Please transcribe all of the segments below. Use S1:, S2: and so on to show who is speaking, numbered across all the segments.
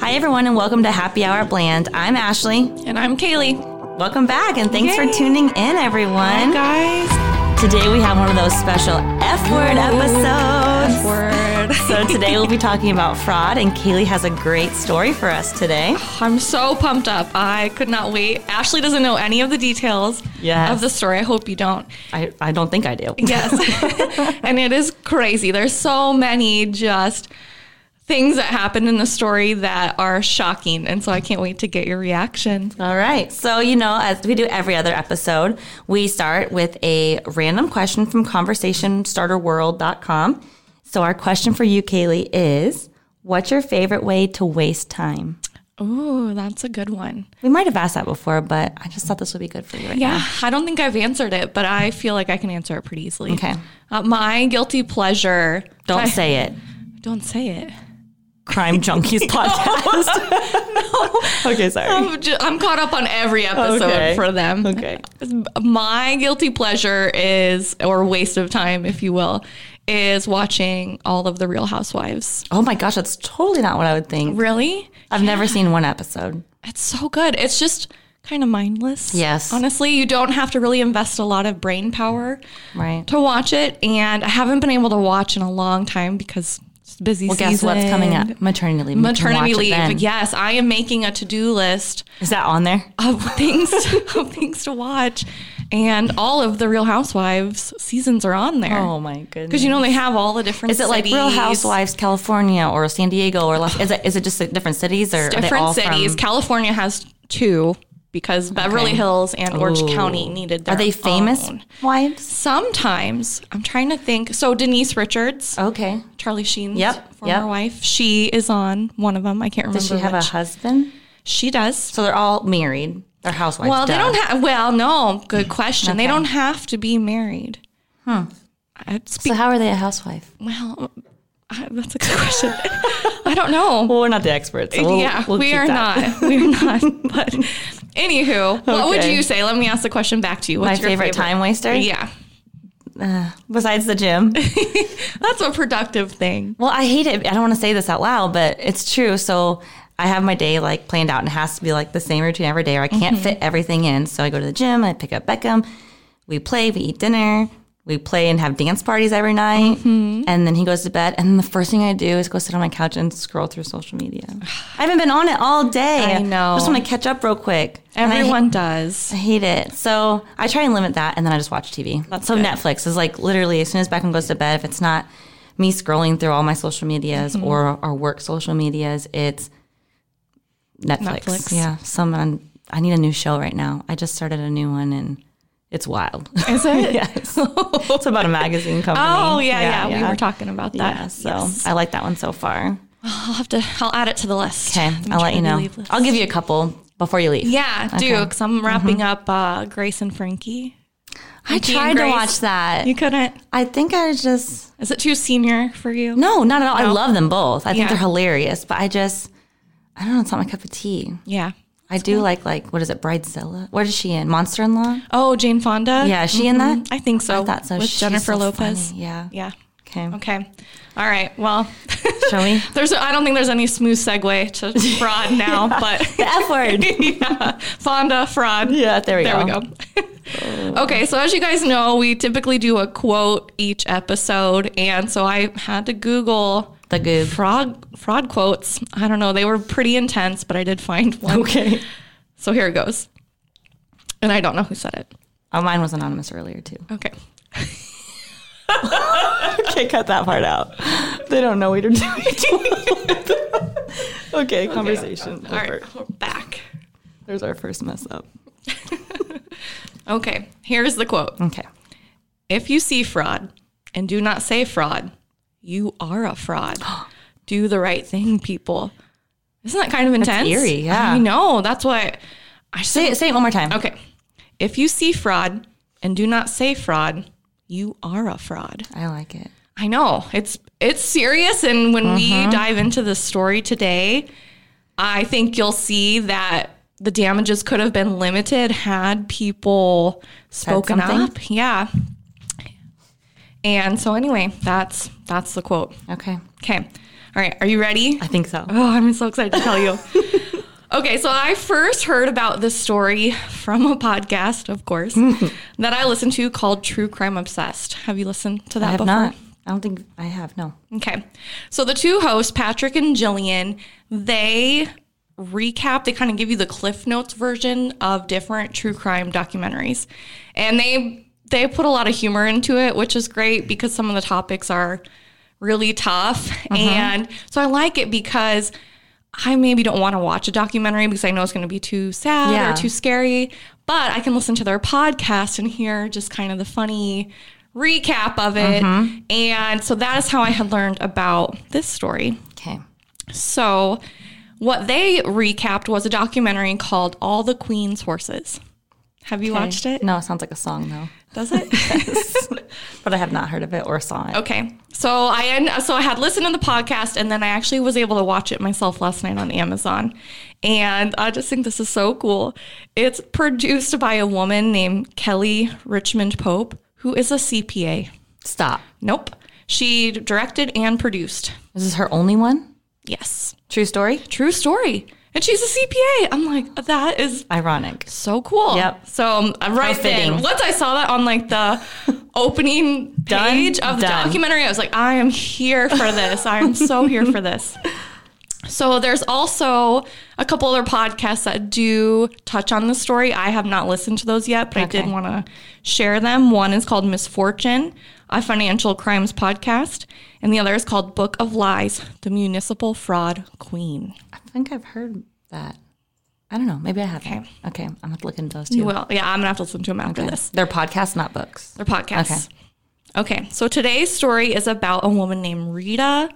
S1: Hi, everyone, and welcome to Happy Hour Bland. I'm Ashley.
S2: And I'm Kaylee.
S1: Welcome back, and thanks
S2: Yay.
S1: for tuning in, everyone.
S2: guys.
S1: Today, we have one of those special F word episodes.
S2: Word.
S1: So, today we'll be talking about fraud, and Kaylee has a great story for us today.
S2: I'm so pumped up. I could not wait. Ashley doesn't know any of the details
S1: Yes.
S2: of the story. I hope you don't.
S1: I, I don't think I do.
S2: Yes. and it is crazy. There's so many just things that happened in the story that are shocking. And so I can't wait to get your reaction.
S1: All right. So, you know, as we do every other episode, we start with a random question from conversationstarterworld.com. So, our question for you, Kaylee, is what's your favorite way to waste time?
S2: Ooh, that's a good one.
S1: We might have asked that before, but I just thought this would be good for you right
S2: Yeah, I don't think I've answered it, but I feel like I can answer it pretty easily.
S1: Okay.
S2: Uh, my guilty pleasure.
S1: now. Don't
S2: I-
S1: say it.
S2: Don't say it.
S1: Crime Junkies podcast. Um, okay, sorry.
S2: I'm, ju- I'm caught up on every episode
S1: Okay.
S2: for them.
S1: Okay.
S2: My guilty pleasure is, or waste of time, if you will, is watching all of the Real Housewives.
S1: oh my gosh, that's totally not what I would think.
S2: Really?
S1: I've never seen one episode.
S2: It's so good. It's just kind of mindless.
S1: Yes.
S2: Honestly, you don't have to really invest a lot of brain power
S1: Right.
S2: to watch it. And I haven't been able to watch in a long time because it's busy
S1: Well, guess what's coming up? Maternity leave. We can watch
S2: Maternity
S1: it then.
S2: leave. Yes, I am making a to do list
S1: Is that on there?
S2: of things of things to watch, and all of the Real Housewives seasons are on there.
S1: Oh my goodness.
S2: Because you know they have all the different.
S1: Is it like Real
S2: cities,
S1: Housewives California or San Diego or Los, is it is it just like different cities or are they all
S2: Different cities.
S1: From,
S2: California has two because Beverly
S1: Okay.
S2: Hills and Orange
S1: Ooh.
S2: County needed. Their
S1: are they famous
S2: own.
S1: wives?
S2: Sometimes I'm trying to think. So Denise Richards,
S1: Okay.
S2: Charlie Sheen's
S1: Yep,
S2: former
S1: yep.
S2: wife, she is on one of them. I can't remember.
S1: Does she have a
S2: which.
S1: husband?
S2: She does.
S1: So they're all married. They're housewives.
S2: Well, they
S1: duh.
S2: don't have. Well, no. Good question. They
S1: Okay.
S2: don't have to be married. Hmm. I'd speak.
S1: So how are they a housewife?
S2: well, I, that's a good question. I don't know.
S1: Well, we're not the experts. So
S2: yeah, we are not. We are not. But anywho, what would
S1: Okay.
S2: you say? Let me ask the question back to you.
S1: My
S2: What's your
S1: favorite, time waster,
S2: Yeah,
S1: besides the gym.
S2: that's a productive thing.
S1: well, I hate it. I don't want to say this out loud, but it's true. So I have my day like planned out, and it has to be like the same routine every day, or I can't
S2: Mm-hmm.
S1: fit everything in. So I go to the gym. I pick up Beckham. We play. We eat dinner. We play and have dance parties every night.
S2: Mm-hmm.
S1: And then he goes to bed. And the first thing I do is go sit on my couch and scroll through social media. I haven't been on it all day.
S2: I know.
S1: just want to catch up real quick. And I
S2: Everyone does.
S1: I hate it. So I try and limit that, and then I just watch TV. so Netflix is like literally as soon as Beckham goes to bed, if it's not me scrolling through all my social medias
S2: Mm-hmm.
S1: or our work social medias, it's Netflix.
S2: Netflix.
S1: Yeah, someone. I need a new show right now. I just started a new one, and it's wild.
S2: Is it?
S1: yes, it's about a magazine company.
S2: Oh yeah, yeah, We were talking about that.
S1: Yeah, so
S2: Yes.
S1: I like that one so far.
S2: I'll have to. I'll add it to the list.
S1: Okay,
S2: I'm
S1: I'll let you
S2: trying to
S1: know.
S2: leave list.
S1: I'll give you a couple before you leave.
S2: Yeah, do because I'm wrapping up uh, Grace and Frankie.
S1: Mm-hmm. I
S2: Frankie and
S1: tried to
S2: Grace.
S1: watch that.
S2: You couldn't.
S1: I think I was just
S2: Is it too senior for you?
S1: No, not at all. I love them both. I think
S2: Yeah.
S1: they're hilarious, but I just, I don't know. It's not my cup of tea.
S2: Yeah.
S1: I do like like what is it, Bridezilla? What is she in? Monster in Law?
S2: Oh, Jane Fonda.
S1: Yeah, is she in that?
S2: I think so.
S1: I thought so.
S2: With
S1: She's
S2: Jennifer
S1: so
S2: Lopez.
S1: funny. Yeah.
S2: Yeah.
S1: Okay.
S2: Okay. All right. Well,
S1: Shall we?
S2: there's. I don't think there's any smooth segue to fraud now,
S1: The F word.
S2: but yeah, Fonda fraud.
S1: yeah. There we
S2: There
S1: go.
S2: we go. okay, so as you guys know, we typically do a quote each episode, and so I had to Google
S1: The goob.
S2: fraud fraud quotes. I don't know; they were pretty intense, but I did find one.
S1: Okay.
S2: So here it goes, and I don't know who said it.
S1: Oh, mine was anonymous earlier too.
S2: Okay,
S1: Okay, cut that part out. They don't know what you're doing. okay, conversation
S2: all right, we're back.
S1: There's our first mess up.
S2: Okay, here's the quote:
S1: Okay.
S2: If you see fraud and do not say fraud, you are a fraud. do the right thing, people. Isn't that kind of intense?
S1: eerie, yeah.
S2: I know. That's what I
S1: Say it, say it one more time.
S2: Okay. If you see fraud and do not say fraud, you are a fraud.
S1: I like it.
S2: I know. It's it's serious and when we dive into the story today, I think you'll see that the damages could have been limited had people spoken
S1: something?
S2: up. Yeah. And so anyway, that's that's the quote.
S1: Okay.
S2: Okay. All right, are you ready?
S1: I think so.
S2: Oh, I'm so excited to tell you. okay, so I first heard about this story from a podcast, of course, that I listened to called True Crime Obsessed. Have you listened to that
S1: I have
S2: before?
S1: not. I don't think I have. No.
S2: Okay. So the two hosts, Patrick and Jillian, they recap, they kind of give you the Cliff Notes version of different true crime documentaries. And they they put a lot of humor into it, which is great because some of the topics are really tough. And so I like it because I maybe don't want to watch a documentary because I know it's going to be too sad
S1: Yeah.
S2: or too scary, but I can listen to their podcast and hear just kind of the funny recap of it. And so that is how I had learned about this story.
S1: Okay.
S2: So, what they recapped was a documentary called All the Queen's Horses. Have you watched it?
S1: No, it sounds like a song though.
S2: Does it?
S1: But I have not heard of it or saw it.
S2: Okay. So I end, so I had listened to the podcast and then I actually was able to watch it myself last night on Amazon. And I just think this is so cool. It's produced by a woman named Kelly Richmond Pope, who is a CPA.
S1: Stop.
S2: Nope. She directed and produced.
S1: Is this her only one?
S2: Yes.
S1: True story?
S2: True story. And she's a CPA. I'm like, that is
S1: Ironic.
S2: so cool.
S1: Yep.
S2: So um, right
S1: fitting.
S2: then, once I saw that on like the opening
S1: Done,
S2: page of the
S1: done.
S2: documentary, I was like, I am here for this. I am so here for this. So there's also a couple other podcasts that do touch on the story. I have not listened to those yet, but I
S1: Okay.
S2: did want to share them. One is called Misfortune, a financial crimes podcast, and the other is called Book of Lies: The Municipal Fraud Queen.
S1: I think I've heard that. I don't know. Maybe I haven't. Okay. I'm gonna have to look into those too.
S2: Well, yeah, I'm gonna have to listen to them after this.
S1: They're podcasts, not books.
S2: They're podcasts. Okay. So today's story is about a woman named Rita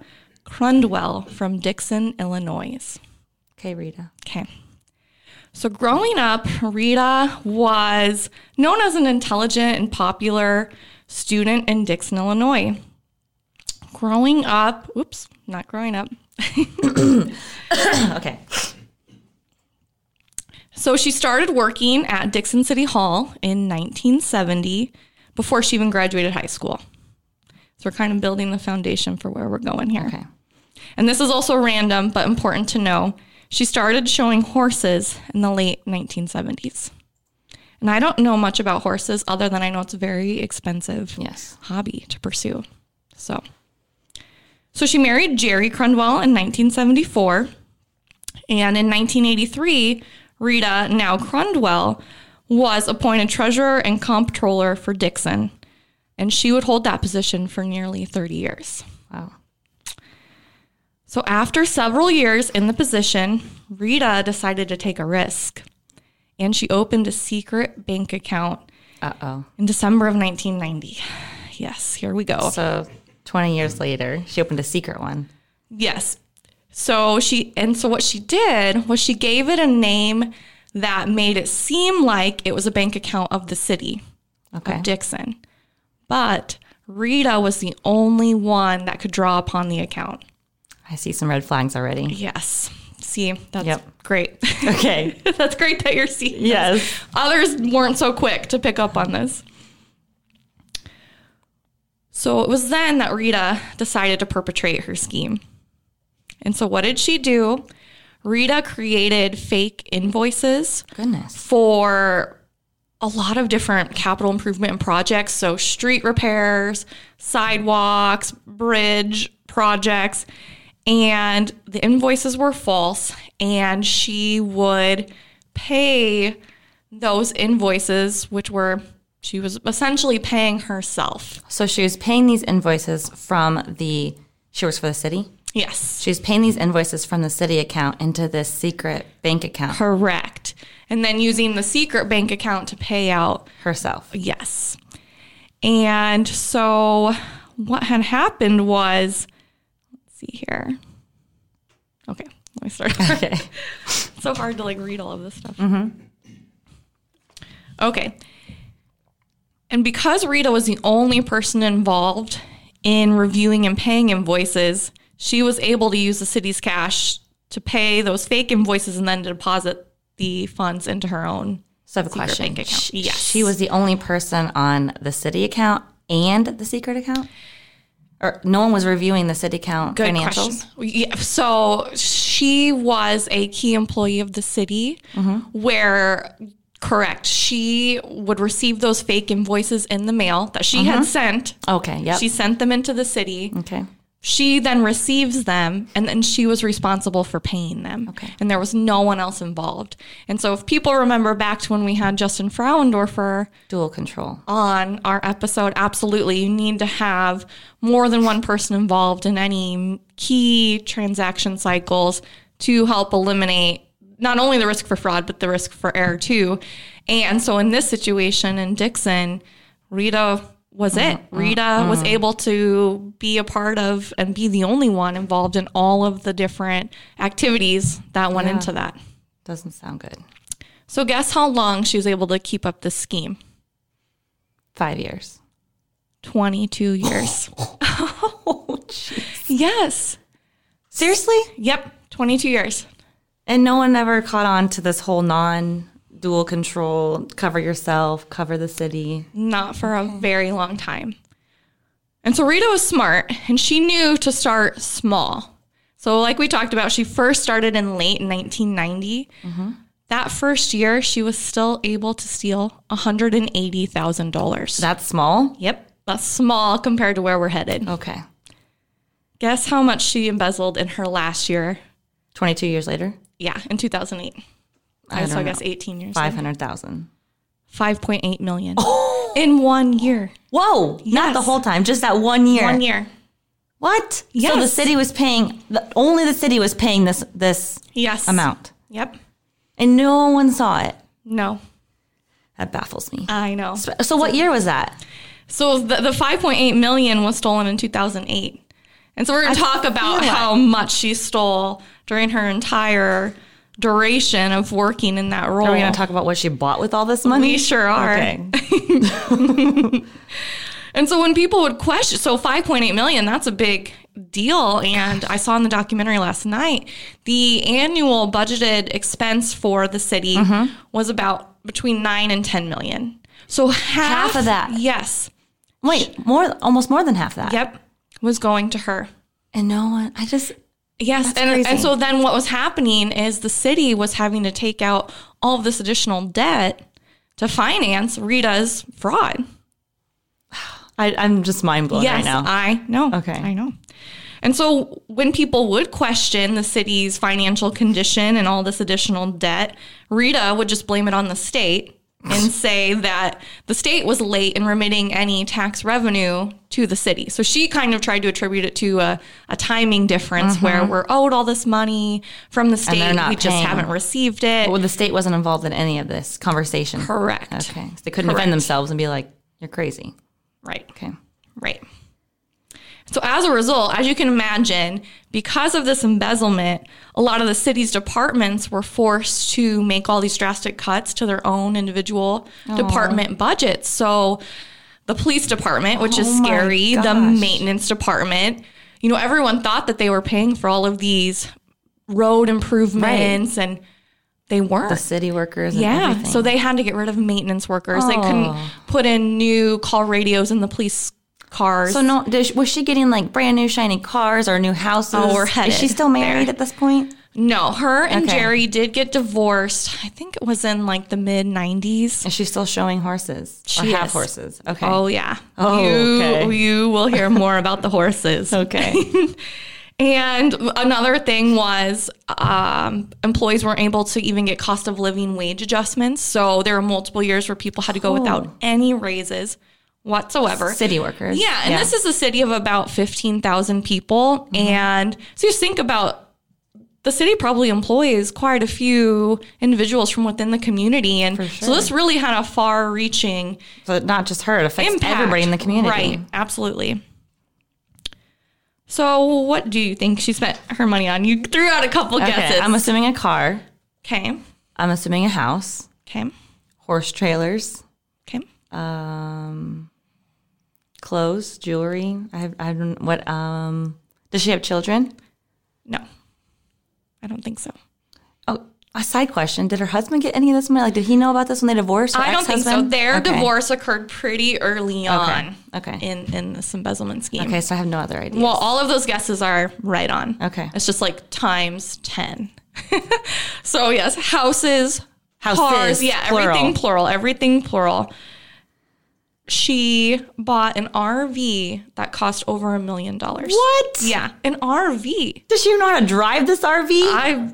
S2: Crundwell from Dixon, Illinois.
S1: Okay, Rita.
S2: Okay. So growing up, Rita was known as an intelligent and popular student in Dixon, Illinois. Growing up, whoops, not growing up.
S1: okay.
S2: So she started working at Dixon City Hall in 1970 before she even graduated high school. So we're kind of building the foundation for where we're going here.
S1: Okay.
S2: And this is also random, but important to know. She started showing horses in the late 1970s. And I don't know much about horses other than I know it's a very expensive
S1: Yes.
S2: hobby to pursue. So, so she married Jerry Crundwell in 1974. And in 1983, Rita, now Crundwell, was appointed treasurer and comptroller for Dixon. And she would hold that position for nearly 30 years.
S1: Wow.
S2: So, after several years in the position, Rita decided to take a risk and she opened a secret bank account
S1: Uh oh.
S2: in December of 1990. Yes, here we go.
S1: So 20 years later, she opened a secret one.
S2: Yes. So she, and so what she did was she gave it a name that made it seem like it was a bank account of the city
S1: Okay.
S2: of Dixon. But Rita was the only one that could draw upon the account.
S1: I see some red flags already.
S2: Yes. See, that's
S1: Yep.
S2: great.
S1: Okay.
S2: that's great that you're seeing. this.
S1: yes.
S2: Others weren't so quick to pick up on this. So it was then that Rita decided to perpetrate her scheme. And so what did she do? Rita created fake invoices
S1: Goodness.
S2: for a lot of different capital improvement projects. So, street repairs, sidewalks, bridge projects. And the invoices were false. And she would pay those invoices, which were, she was essentially paying herself.
S1: So she was paying these invoices from the, she works for the city.
S2: Yes.
S1: She was paying these invoices from the city account into this secret bank account
S2: Correct. And then using the secret bank account to pay out
S1: herself.
S2: Yes. And so what had happened was, let's see here. Okay, let me start.
S1: Okay. Mm-hmm.
S2: it's so hard to like read all of this stuff. Okay. And because Rita was the only person involved in reviewing and paying invoices, she was able to use the city's cash to pay those fake invoices and then to deposit the funds into her own.
S1: So I have a question.
S2: bank account.
S1: Sh-
S2: Yes.
S1: She was the only person on the city account and the secret account? or no one was reviewing the city count
S2: Good
S1: financials.
S2: question. Yeah, so she was a key employee of the city
S1: Mm-hmm.
S2: where correct she would receive those fake invoices in the mail that she
S1: Mm-hmm.
S2: had sent
S1: Okay. Yep.
S2: she sent them into the city
S1: okay.
S2: she then receives them and then she was responsible for paying them
S1: Okay.
S2: and there was no one else involved and so if people remember back to when we had justin frauendorfer
S1: Dual control.
S2: on our episode, absolutely, you need to have more than one person involved in any key transaction cycles to help eliminate not only the risk for fraud, but the risk for error too. And so in this situation in Dixon, Rita was it. Rita was able to be a part of and be the only one involved in all of the different activities that went into that.
S1: Doesn't sound good.
S2: So, guess how long she was able to keep up this scheme?
S1: Five years.
S2: 22 years.
S1: Oh, jeez.
S2: yes.
S1: Seriously?
S2: Yep, 22 years.
S1: And no one ever caught on to this whole non dual control, cover yourself, cover the city.
S2: Not for a very long time. And so Rita was smart and she knew to start small. So, like we talked about, she first started in late 1990. That first year, she was still able to steal $180,000.
S1: That's small?
S2: Yep, that's small compared to where we're headed.
S1: Okay.
S2: Guess how much she embezzled in her last year?
S1: 22 years later?
S2: Yeah, in 2008. I, so I guess 18 years. later.
S1: 500,000.
S2: 5.8 million
S1: Oh.
S2: in one year.
S1: Whoa. Not the
S2: Yes.
S1: whole time, just that one year.
S2: One year.
S1: What? So the
S2: Yes.
S1: city was paying, the, only the city was paying this this
S2: Yes.
S1: amount.
S2: Yep.
S1: And no one saw it.
S2: No,
S1: That baffles me.
S2: I know.
S1: So- so what year was that?
S2: So the, the 5.8 million was stolen in 2008. And so we're going to talk about how much she stole during her entire duration of working in that role.
S1: Are we going to talk about what she bought with all this money?
S2: We sure are.
S1: Okay.
S2: And so when people would question, so 5.8 million, that's a big deal. And I saw in the documentary last night, the annual budgeted expense for the city
S1: Mm-hmm.
S2: was about between nine and 10 million. So half,
S1: Half of that.
S2: Yes.
S1: Wait, more, almost more than half that.
S2: Yep. Was going to her.
S1: And no one, I just,
S2: Yes, and,
S1: crazy.
S2: and so then what was happening is the city was having to take out all of this additional debt to finance Rita's fraud.
S1: I, I'm just mind blown right
S2: yes,
S1: now.
S2: I know.
S1: Okay.
S2: I know. And so when people would question the city's financial condition and all this additional debt, Rita would just blame it on the state and say that the state was late in remitting any tax revenue to the city. So she kind of tried to attribute it to a, a timing difference where we're owed all this money from the state.
S1: Mm-hmm. they're not
S2: we just
S1: paying.
S2: haven't received it.
S1: well, the state wasn't involved in any of this conversation.
S2: Correct.
S1: Okay. So they couldn't defend themselves and be like, you're crazy.
S2: Right.
S1: Okay.
S2: Right. So, as a result, as you can imagine, because of this embezzlement, a lot of the city's departments were forced to make all these drastic cuts to their own individual department budgets. So, the police department, which is
S1: Oh my
S2: scary, the
S1: gosh.
S2: maintenance department, you know, everyone thought that they were paying for all of these road improvements and they weren't.
S1: The city workers and
S2: Yeah.
S1: everything.
S2: So they had to get rid of maintenance workers. They couldn't
S1: Oh.
S2: put in new call radios in the police cars.
S1: So no, does, was she getting like brand new shiny cars or new houses?
S2: Oh, we're
S1: Is she
S2: headed
S1: still married at this point?
S2: no, her and
S1: Okay.
S2: Jerry did get divorced. I think it was in like the mid 90s.
S1: Is she still showing horses?
S2: She
S1: or have
S2: is.
S1: horses? Okay.
S2: Oh, yeah.
S1: Oh,
S2: you,
S1: okay.
S2: you will hear more about the horses.
S1: Okay.
S2: And another thing was um, employees weren't able to even get cost of living wage adjustments. So there were multiple years where people had to go without any raises whatsoever.
S1: Oh. city workers.
S2: Yeah, and this is a city of about 15,000 people.
S1: Mm-hmm.
S2: And so you just think about the city probably employs quite a few individuals from within the community. And so
S1: sure.
S2: this really had a far reaching
S1: So not just her, it affects
S2: impact.
S1: everybody in the community.
S2: Right, absolutely. So what do you think she spent her money on? You threw out a couple
S1: Okay.
S2: guesses.
S1: I'm assuming a car.
S2: okay,
S1: I'm assuming a house,
S2: okay,
S1: horse trailers,
S2: okay.
S1: clothes, jewelry. I have, I don't what um does she have children?
S2: No, I don't think so.
S1: Oh, a side question. Did her husband get any of this money? Like, did he know about this when they divorced? Her
S2: I don't think so.
S1: ex-husband?
S2: Their
S1: Okay.
S2: divorce occurred pretty early on
S1: Okay.
S2: in, in this embezzlement scheme.
S1: Okay, so I have no other idea.
S2: Well, all of those guesses are right on.
S1: Okay.
S2: It's just like times 10. so, yes, houses,
S1: Houses,
S2: cars, yeah, everything plural, everything plural. She bought an RV that cost over a million dollars.
S1: what?
S2: Yeah, an RV.
S1: Does she know how to drive this RV?
S2: I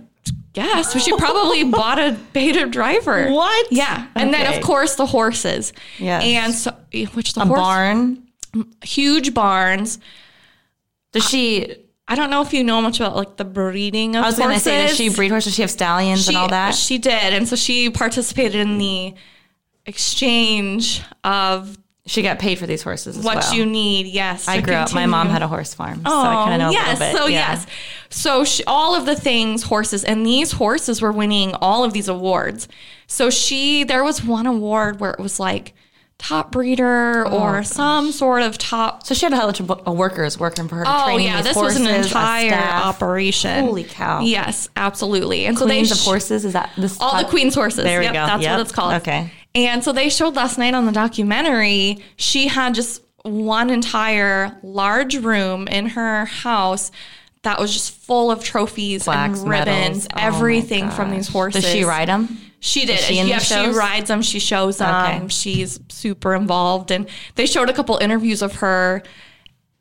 S2: guess but she probably bought a beta driver.
S1: what?
S2: Yeah, and then
S1: Okay.
S2: of course the horses.
S1: Yes.
S2: and so which the
S1: a
S2: horse,
S1: barn.
S2: huge barns.
S1: Does she?
S2: I don't know if you know much about like the breeding of
S1: I was going to say, does
S2: horses.
S1: she breed horses? Does she have stallions and all that?
S2: She did, and so she participated in the exchange of
S1: She got paid for these horses as
S2: what
S1: well.
S2: you need. Yes,
S1: I
S2: to
S1: grew up. My mom
S2: continue. Oh,
S1: had a horse farm, so I kind of know a
S2: yes,
S1: little bit.
S2: so
S1: Yeah.
S2: yes, so she, all of the things horses, and these horses were winning all of these awards. So she, there was one award where it was like top breeder
S1: Oh,
S2: or some sort of top.
S1: So she had a whole bunch of wo- workers working for her.
S2: Oh
S1: training
S2: yeah,
S1: these
S2: this
S1: horses,
S2: was an
S1: a
S2: entire
S1: staff.
S2: operation.
S1: Holy cow!
S2: Yes, absolutely. And so
S1: Queens
S2: they
S1: of
S2: sh-
S1: horses is that this?
S2: all the queen's horses.
S1: There we
S2: Yep,
S1: go.
S2: That's
S1: Yep.
S2: what it's called.
S1: Okay.
S2: And so they showed last night on the documentary, she had just one entire large room in her house that was just full of trophies
S1: Flags,
S2: and ribbons,
S1: medals. Oh my
S2: everything from these horses.
S1: Does she ride them?
S2: She did.
S1: Is she in
S2: yeah,
S1: the shows?
S2: she rides them. She shows them.
S1: Okay.
S2: She's super involved. And they showed a couple interviews of her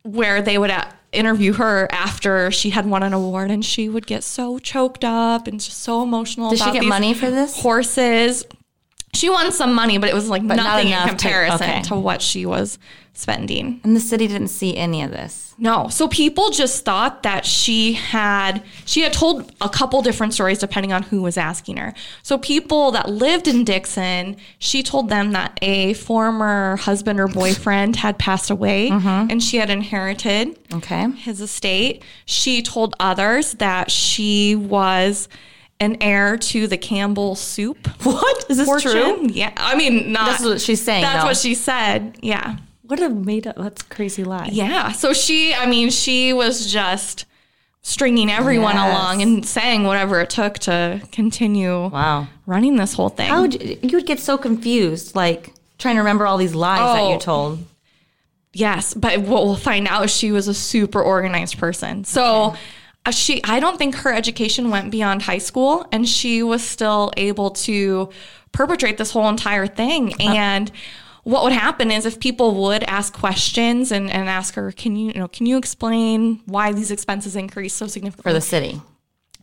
S2: where they would uh, interview her after she had won an award, and she would get so choked up and just so emotional.
S1: Does she
S2: about
S1: get
S2: these
S1: money for this?
S2: Horses. She won some money, but it was like
S1: not
S2: nothing
S1: enough
S2: in
S1: to-
S2: comparison
S1: okay.
S2: to what she was spending.
S1: And the city didn't see any of this.
S2: No. So people just thought that she had she had told a couple different stories depending on who was asking her. So people that lived in Dixon, she told them that a former husband or boyfriend had passed away
S1: Mm-hmm.
S2: and she had inherited
S1: Okay.
S2: his estate. She told others that she was an heir to the Campbell soup.
S1: What is this
S2: fortune. Yeah. I mean, not
S1: That's what she's saying.
S2: That's
S1: though.
S2: what she said. Yeah.
S1: What a made up. That's a crazy lie.
S2: Yeah. So she, I mean, she was just stringing everyone
S1: Yes.
S2: along and saying whatever it took to continue
S1: Wow.
S2: running this whole thing.
S1: How would you, you would get so confused, like trying to remember all these lies that you
S2: Oh.
S1: told.
S2: yes. But what we'll find out is she was a super organized person. So. uh, She, I don't think her education went beyond high school, and she was still able to perpetrate this whole entire thing.
S1: Uh-huh.
S2: And what would happen is if people would ask questions and, and ask her, "Can you, you know, can you explain why these expenses increased so significantly
S1: for the city.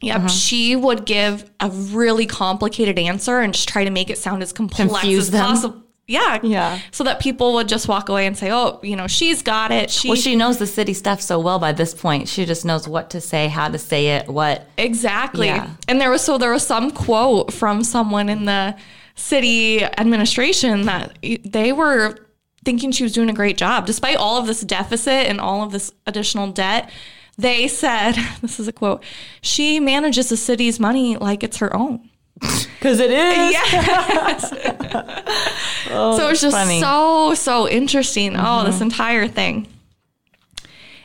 S2: Yep.
S1: Uh-huh.
S2: She would give a really complicated answer and just try to make it sound as complex
S1: Confuse
S2: as
S1: them.
S2: possible. Yeah.
S1: Yeah.
S2: So that people would just walk away and say, oh, you know, she's got it. She,
S1: Well, she knows the city stuff so well by this point. She just knows what to say, how to say it, what.
S2: exactly.
S1: Yeah.
S2: And there was, so there was some quote from someone in the city administration that they were thinking she was doing a great job despite all of this deficit and all of this additional debt. They said, this is a quote, she manages the city's money like it's her own.
S1: Because it is.
S2: Yes. so it's just
S1: Oh, funny. Mm-hmm.
S2: so so interesting. Oh, this entire thing.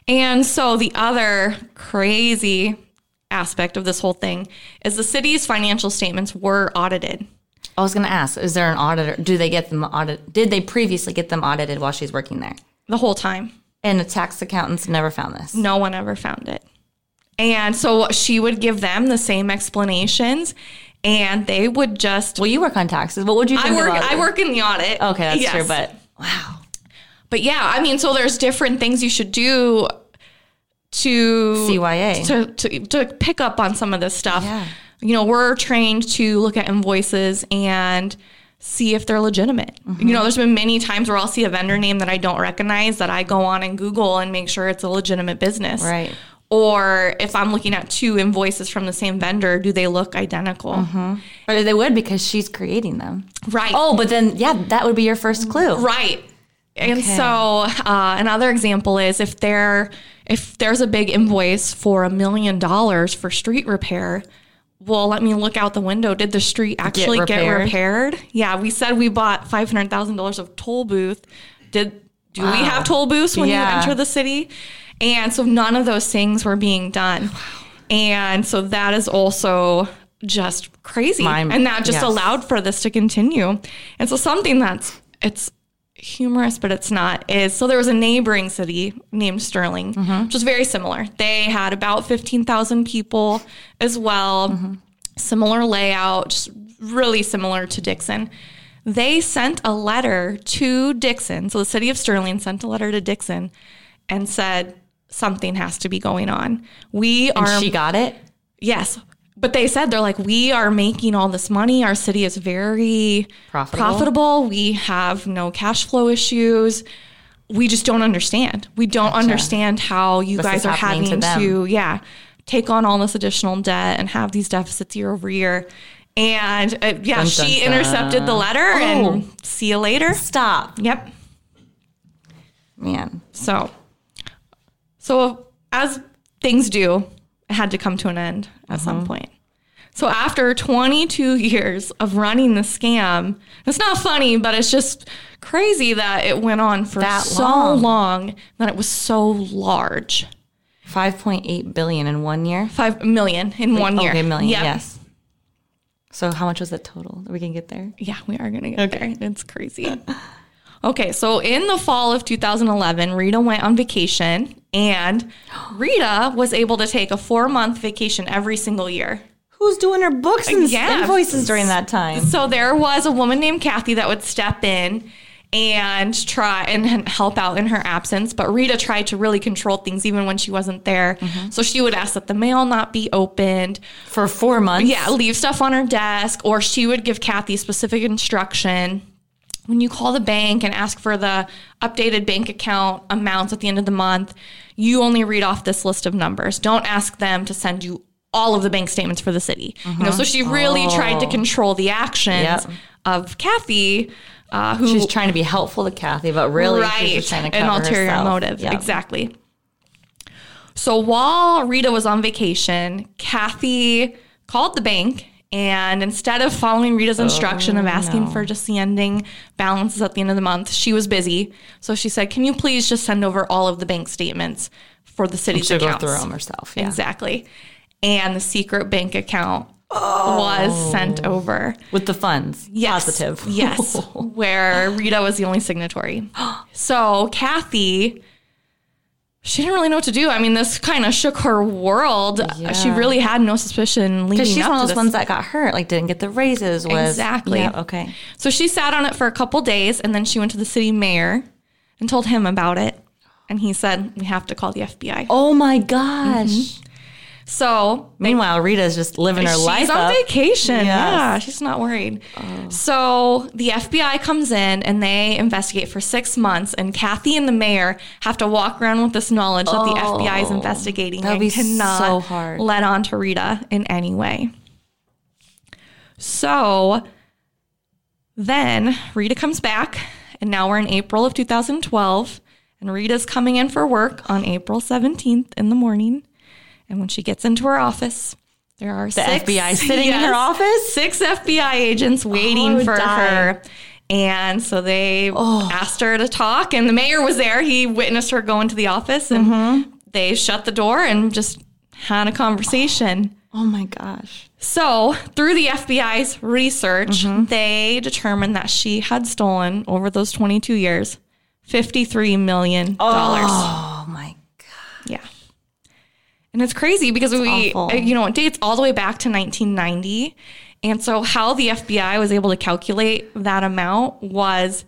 S2: And so the other crazy aspect of this whole thing is the city's financial statements were audited.
S1: I was going to ask: Is there an auditor? Do they get them audit? Did they previously get them audited while she's working there?
S2: The whole time.
S1: And the tax accountants never found this.
S2: No one ever found it. And so she would give them the same explanations and they would just
S1: Well, you work on taxes. What would you? Think
S2: I work
S1: About
S2: I work in the audit.
S1: Okay, that's
S2: Yes.
S1: true. But
S2: But yeah, I mean, so there's different things you should do to
S1: CYA.
S2: to to, to pick up on some of this stuff.
S1: Yeah.
S2: You know, we're trained to look at invoices and see if they're legitimate.
S1: Mm-hmm.
S2: You know, there's been many times where I'll see a vendor name that I don't recognize that I go on and Google and make sure it's a legitimate business.
S1: Right.
S2: Or if I'm looking at two invoices from the same vendor, do they look identical?
S1: Mm-hmm. or they would because she's creating them.
S2: Right.
S1: Oh, but then yeah, that would be your first clue.
S2: Right. And
S1: Okay.
S2: so uh, another example is if there if there's a big invoice for a million dollars for street repair, well, let me look out the window. Did the street actually get repaired?
S1: repaired?
S2: Yeah, we said we bought five hundred thousand dollars of toll booth. Did do we have toll booths when
S1: Yeah.
S2: you enter the city? And so none of those things were being done. And so that is also just crazy.
S1: Mind-
S2: and that just
S1: yes.
S2: allowed for this to continue. And so something that's it's humorous, but it's not is so there was a neighboring city named Sterling,
S1: Mm-hmm.
S2: which was very similar. They had about fifteen thousand people as well.
S1: Mm-hmm.
S2: Similar layout, just really similar to Dixon. They sent a letter to Dixon. So the city of Sterling sent a letter to Dixon and said something has to be going on. We are
S1: she got it.
S2: Yes. But they said they're like, we are making all this money. Our city is very
S1: Profitable.
S2: profitable. We have no cash flow issues. We just don't understand. We don't understand how you
S1: This
S2: guys
S1: is
S2: are
S1: happening to
S2: having
S1: them."
S2: to, yeah, take on all this additional debt and have these deficits year over year. And uh, yeah,
S1: Dun,
S2: she
S1: dun,
S2: intercepted the letter
S1: Oh.
S2: and see you later.
S1: Stop,
S2: Yep.
S1: man.
S2: So, so as things do, it had to come to an end at
S1: Uh-huh.
S2: some point. So after 22 years of running the scam, it's not funny, but it's just crazy that it went on for
S1: That
S2: so
S1: long.
S2: long that it was so large.
S1: Five point eight billion in one year.
S2: Five million in one year.
S1: Okay, million.
S2: Yep.
S1: Yes. So how much was that total? We can get there.
S2: Yeah, we are going to get there. It's crazy. Okay, so in the fall of 2011, Rita went on vacation, and Rita was able to take a four month vacation every single year.
S1: Who's doing her books and
S2: Yeah.
S1: invoices during that time?
S2: So there was a woman named Kathy that would step in and try and help out in her absence, but Rita tried to really control things even when she wasn't there. So she would ask that the mail not be opened,
S1: For four months.
S2: yeah, leave stuff on her desk, or she would give Kathy specific instruction. When you call the bank and ask for the updated bank account amounts at the end of the month, you only read off this list of numbers. Don't ask them to send you all of the bank statements for the city. You know, so she really tried to control the actions
S1: Oh. Yep.
S2: of Kathy, uh, who
S1: She's trying to be helpful to Kathy, but really she's just trying to
S2: an
S1: cover
S2: ulterior
S1: herself.
S2: motive.
S1: Yeah.
S2: Exactly. So while Rita was on vacation, Kathy called the bank and instead of following
S1: Oh,
S2: Rita's instruction of asking for just the ending balances at the end of the month, she was busy. So she said, "Can you please just send over all of the bank statements for the city's
S1: She'll go
S2: accounts?"
S1: through them herself. Yeah.
S2: Exactly. And the secret bank account
S1: Oh.
S2: was sent over.
S1: With the funds.
S2: Yes.
S1: Positive.
S2: Yes. Where Rita was the only signatory. So Kathy, she didn't really know what to do. I mean, this kind of shook her world.
S1: Yeah.
S2: She really had no suspicion leading
S1: Because she's
S2: up
S1: one of
S2: to
S1: those
S2: this.
S1: ones that got hurt, like didn't get the raises. Was
S2: Exactly.
S1: Yeah, okay.
S2: So she sat on it for a couple days and then she went to the city mayor and told him about it. And he said, We have to call the FBI.
S1: Oh my gosh.
S2: So
S1: Meanwhile, Rita's just living her
S2: Mm-hmm. she's
S1: life
S2: on
S1: up.
S2: vacation.
S1: Yes. Uh-huh.
S2: Yeah, she's not worried. So the FBI comes in and they investigate for six months, and Kathy and the mayor have to walk around with this knowledge that the FBI is investigating
S1: that'd
S2: and
S1: Oh. be
S2: cannot
S1: so hard.
S2: let on to Rita in any way. So then Rita comes back, and now we're in April of 2012, and Rita's coming in for work on April 17th in the morning. And when she gets into her office, there are
S1: the
S2: six,
S1: FBI sitting in her
S2: Yes.
S1: office.
S2: Six FBI agents waiting
S1: Oh,
S2: for
S1: die. Oh.
S2: her. And so they asked her to talk, and the mayor was there. He witnessed her go into the office, and
S1: Mm-hmm.
S2: they shut the door and just had a conversation.
S1: Oh my gosh.
S2: So, through the FBI's research,
S1: Mm-hmm.
S2: they determined that she had stolen over those 22 years $53 million.
S1: Oh my god.
S2: Yeah. And it's crazy because we,
S1: awful.
S2: uh, you know, it dates all the way back to 1990. And so, how the FBI was able to calculate that amount was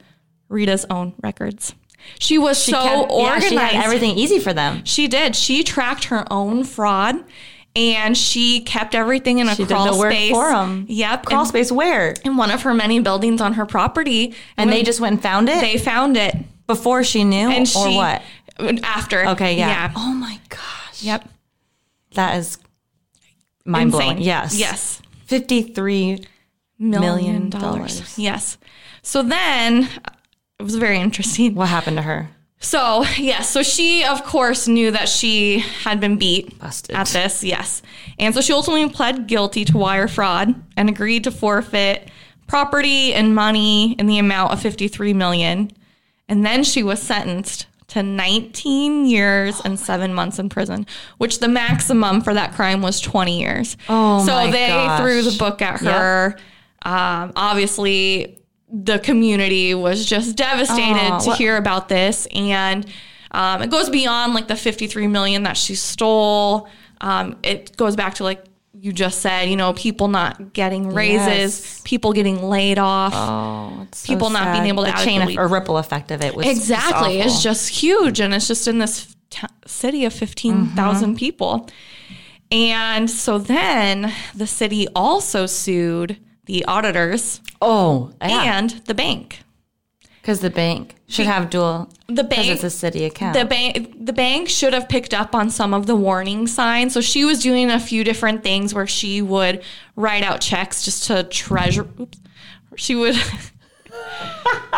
S2: Rita's own records. She was so
S1: Kept- yeah,
S2: organized.
S1: she had everything easy for them.
S2: She did. She tracked her own fraud and she kept everything in a
S1: She did
S2: crawl
S1: the work
S2: space.
S1: for 'em.
S2: Yep.
S1: Crawl
S2: and-
S1: space where?
S2: in one of her many buildings on her property.
S1: And
S2: when
S1: they just went and found it
S2: they found it.
S1: before she knew,
S2: And she
S1: or what?
S2: After.
S1: Okay, yeah. Oh my gosh.
S2: Yep.
S1: That is mind blowing.
S2: Insane.
S1: Yes.
S2: Yes.
S1: Fifty three. Million dollars.
S2: Yes. So then it was very interesting.
S1: What happened to her?
S2: So, yes. So she, of course, knew that she had been beat
S1: Busted.
S2: at this. Yes. And so she ultimately pled guilty to wire fraud and agreed to forfeit property and money in the amount of 53 million. And then she was sentenced to 19 years and seven months in prison, which the maximum for that crime was 20 years.
S1: Oh,
S2: so
S1: my
S2: they
S1: gosh.
S2: threw the book at
S1: Yep.
S2: her. Um, obviously, the community was just devastated
S1: Aw,
S2: to
S1: what-
S2: hear about this, and um, it goes beyond like the 53 million that she stole. Um, it goes back to like you just said, you know, people not getting raises,
S1: Yes.
S2: people getting laid off.
S1: Oh, it's so
S2: People not being
S1: sad.
S2: able to
S1: the chain
S2: adequately-
S1: or ripple effect of it was just
S2: Exactly.
S1: awful.
S2: It's just huge. And it's just in this t- city of 15,000
S1: Mm-hmm.
S2: people. And so then the city also sued the auditors
S1: oh yeah,
S2: and the bank.
S1: because the bank should have dual
S2: The
S1: because
S2: bank.
S1: it's a city account.
S2: The bank, the bank should have picked up on some of the warning signs. So she was doing a few different things where she would write out checks just to treasure. Oops, she would,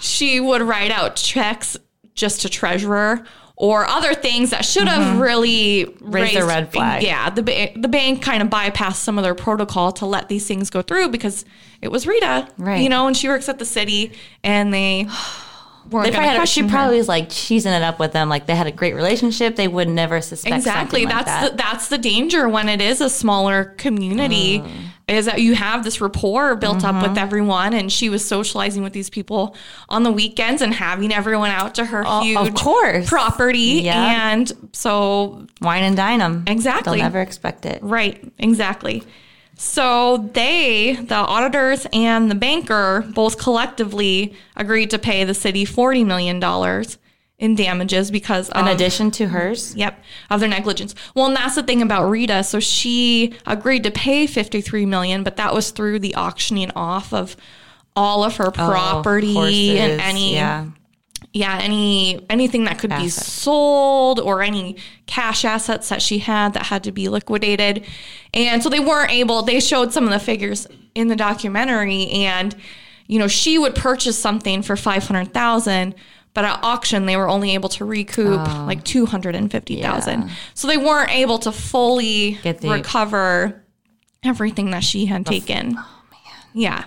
S2: she would write out checks just to treasurer or other things that should have really raised,
S1: Mm-hmm. a red flag.
S2: Yeah, the ba- the bank kind of bypassed some of their protocol to let these things go through because it was Rita,
S1: Right.
S2: You know, and she works at the city, and they. weren't
S1: they
S2: gonna
S1: probably had, she
S2: question her.
S1: probably was like cheesing it up with them. Like they had a great relationship. They would never suspect
S2: exactly
S1: something like
S2: that's
S1: that. Mm.
S2: the, that's the danger when it is a smaller community is that you have this rapport built up
S1: Mm-hmm.
S2: with everyone and she was socializing with these people on the weekends and having everyone out to her
S1: Oh, of
S2: huge
S1: course.
S2: property
S1: Yeah.
S2: and so
S1: Wine and dine them.
S2: Exactly.
S1: They'll never expect it.
S2: Right, exactly. So they, the auditors and the banker, both collectively agreed to pay the city $40 million in damages because
S1: In
S2: of-
S1: addition to hers,
S2: Yep, of their negligence. Well, and that's the thing about Rita. So she agreed to pay fifty-three million, but that was through the auctioning off of all Oh, of her property and
S1: horses,
S2: any yeah.
S1: yeah.
S2: any anything that could be
S1: Assets.
S2: sold or any cash assets that she had that had to be liquidated. And so they weren't able. They showed some of the figures in the documentary and you know, she would purchase something for 500,000, but at auction they were only able to recoup like 250,000. So they weren't able to fully
S1: Get the-
S2: recover everything that she had taken. Oh man. Yeah.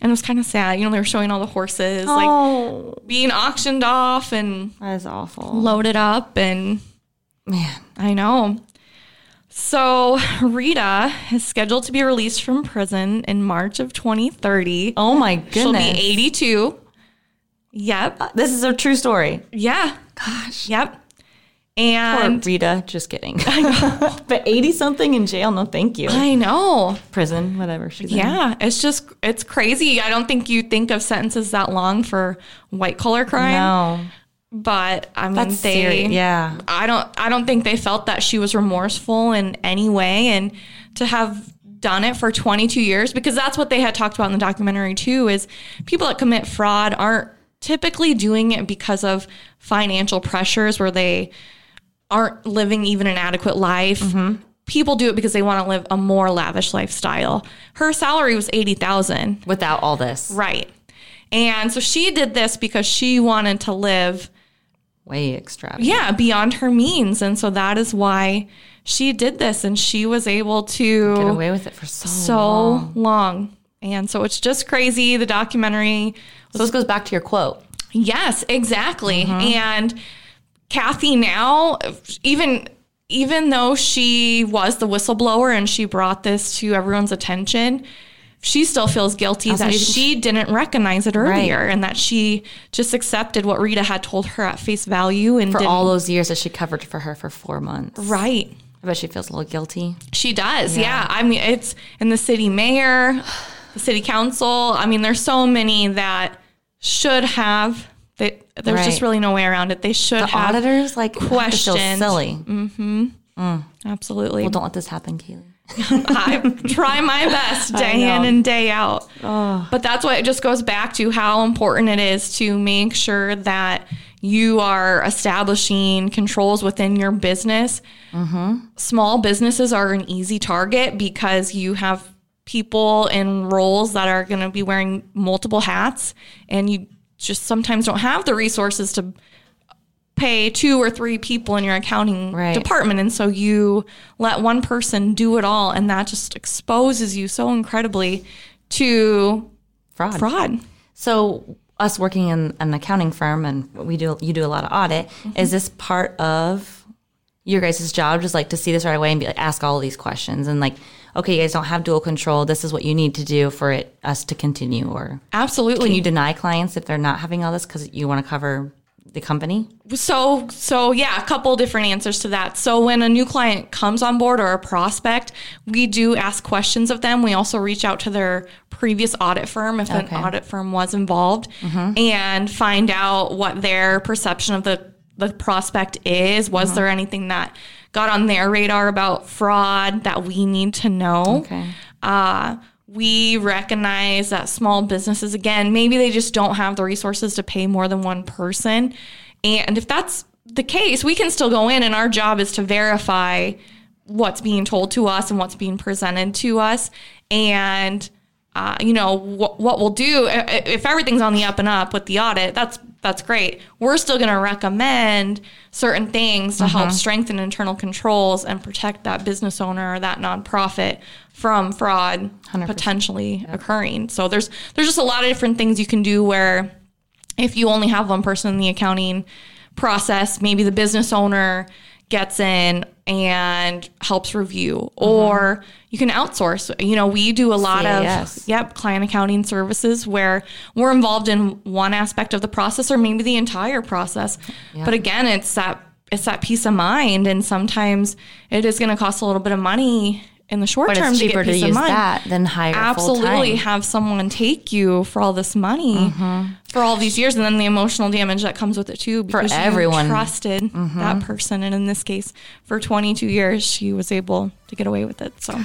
S2: And it was kind of sad. You know, they were showing all the horses like
S1: oh,
S2: being auctioned off and
S1: that is awful,
S2: loaded up and
S1: man.
S2: I know. So Rita is scheduled to be released from prison in March of 2030.
S1: Oh my goodness. Uh,
S2: She'll be 82. Yep.
S1: This is a true story.
S2: Yeah. Gosh. Yep. And
S1: Poor Rita, just kidding. but 80 something in jail, no thank you.
S2: I know.
S1: Prison, whatever. She's in.
S2: Yeah. It's just, it's crazy. I don't think you think of sentences that long for white collar crime,
S1: No.
S2: but I mean,
S1: That's
S2: they,
S1: serious. Yeah.
S2: I don't I don't think they felt that she was remorseful in any way and to have done it for 22 years because that's what they had talked about in the documentary too is people that commit fraud aren't typically doing it because of financial pressures where they aren't living even an adequate life. People do it because they want to live a more lavish lifestyle. Her salary was 80,000.
S1: Without all this.
S2: Right. And so she did this because she wanted to live
S1: Way extravagant.
S2: yeah, beyond her means. And so that is why she did this and she was able to
S1: Get away with it for so,
S2: so long. And so it's just crazy. The documentary,
S1: So this goes back to your quote.
S2: yes, exactly.
S1: Mm-hmm.
S2: And Kathy now, even even though she was the whistleblower and she brought this to everyone's attention, she still feels guilty that
S1: you-
S2: she didn't recognize it earlier and that she just accepted what Rita had told her at face value and
S1: For
S2: didn't-
S1: all those years that she covered for her for four months.
S2: right.
S1: I bet she feels a little guilty.
S2: She does, yeah. I mean, it's and the city mayor, the city council. I mean, there's so many that should have. That there's just
S1: Right.
S2: really no way around it. They should
S1: The
S2: have.
S1: auditors, like, question.
S2: questioned.
S1: silly.
S2: Absolutely.
S1: Don't let this happen, Kaylee.
S2: I try my best day in
S1: know.
S2: and day out. But that's why it just goes back to how important it is to make sure that you are establishing controls within your business. Small businesses are an easy target because you have people in roles that are going to be wearing multiple hats, and you just sometimes don't have the resources to pay two or three people in your accounting
S1: Right.
S2: department and so you let one person do it all and that just exposes you so incredibly to
S1: Fraud.
S2: fraud
S1: So us working in an accounting firm and we do you do a lot of audit.
S2: Mm-hmm.
S1: Is this part of your guys' job just like to see this right away and be like ask all these questions and like okay you guys don't have dual control this is what you need to do for it us to continue or
S2: Absolutely.
S1: can you deny clients if they're not having all this because you want to cover the company
S2: so so yeah a couple different answers to that so when a new client comes on board or a prospect we do ask questions of them we also reach out to their previous audit firm if
S1: Okay. Mm-hmm.
S2: an audit firm was involved and find out what their perception of the the prospect is
S1: Mm-hmm.
S2: was there anything that got on their radar about fraud that we need to know
S1: okay
S2: uh, we recognize that small businesses, again, maybe they just don't have the resources to pay more than one person. And if that's the case, we can still go in, and our job is to verify what's being told to us and what's being presented to us. And uh, you know what, what we'll do i- i- if everything's on the up and up with the audit that's that's great we're still going to recommend certain things to help strengthen internal controls and protect that business owner or that nonprofit from fraud potentially occurring so there's there's just a lot of different things you can do where if you only have one person in the accounting process, maybe the business owner gets in and helps review
S1: Mm-hmm.
S2: or you can outsource. You know, we do a lot
S1: CAS.
S2: of yep, client accounting services where we're involved in one aspect of the process or maybe the entire process. But again, it's that it's that peace of mind and sometimes it is going to cost a little bit of money in the short
S1: but
S2: term
S1: it's
S2: to
S1: cheaper to,
S2: get peace
S1: use
S2: of mind
S1: that than hire
S2: absolutely
S1: full-time.
S2: have someone take you for all this money for all these years and then the emotional damage that comes with it too because
S1: everyone.
S2: you trusted that person and in this case for 22 years she was able to get away with it so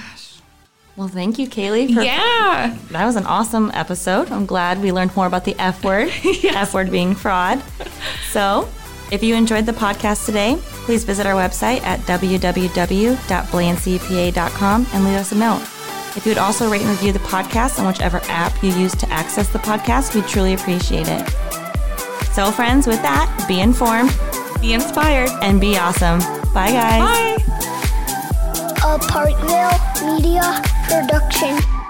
S1: Well, thank you, Kaylee. For,
S2: yeah
S1: That was an awesome episode. I'm glad we learned more about the F word, F word being fraud. So, if you enjoyed the podcast today, please visit our website at E www.blandcpa.com and leave us a note. If you would also rate and review the podcast on whichever app you use to access the podcast, we truly appreciate it. So, friends, with that, be informed
S2: be inspired
S1: and be awesome. Bye, guys.
S2: bye
S3: a Parkville Media Production.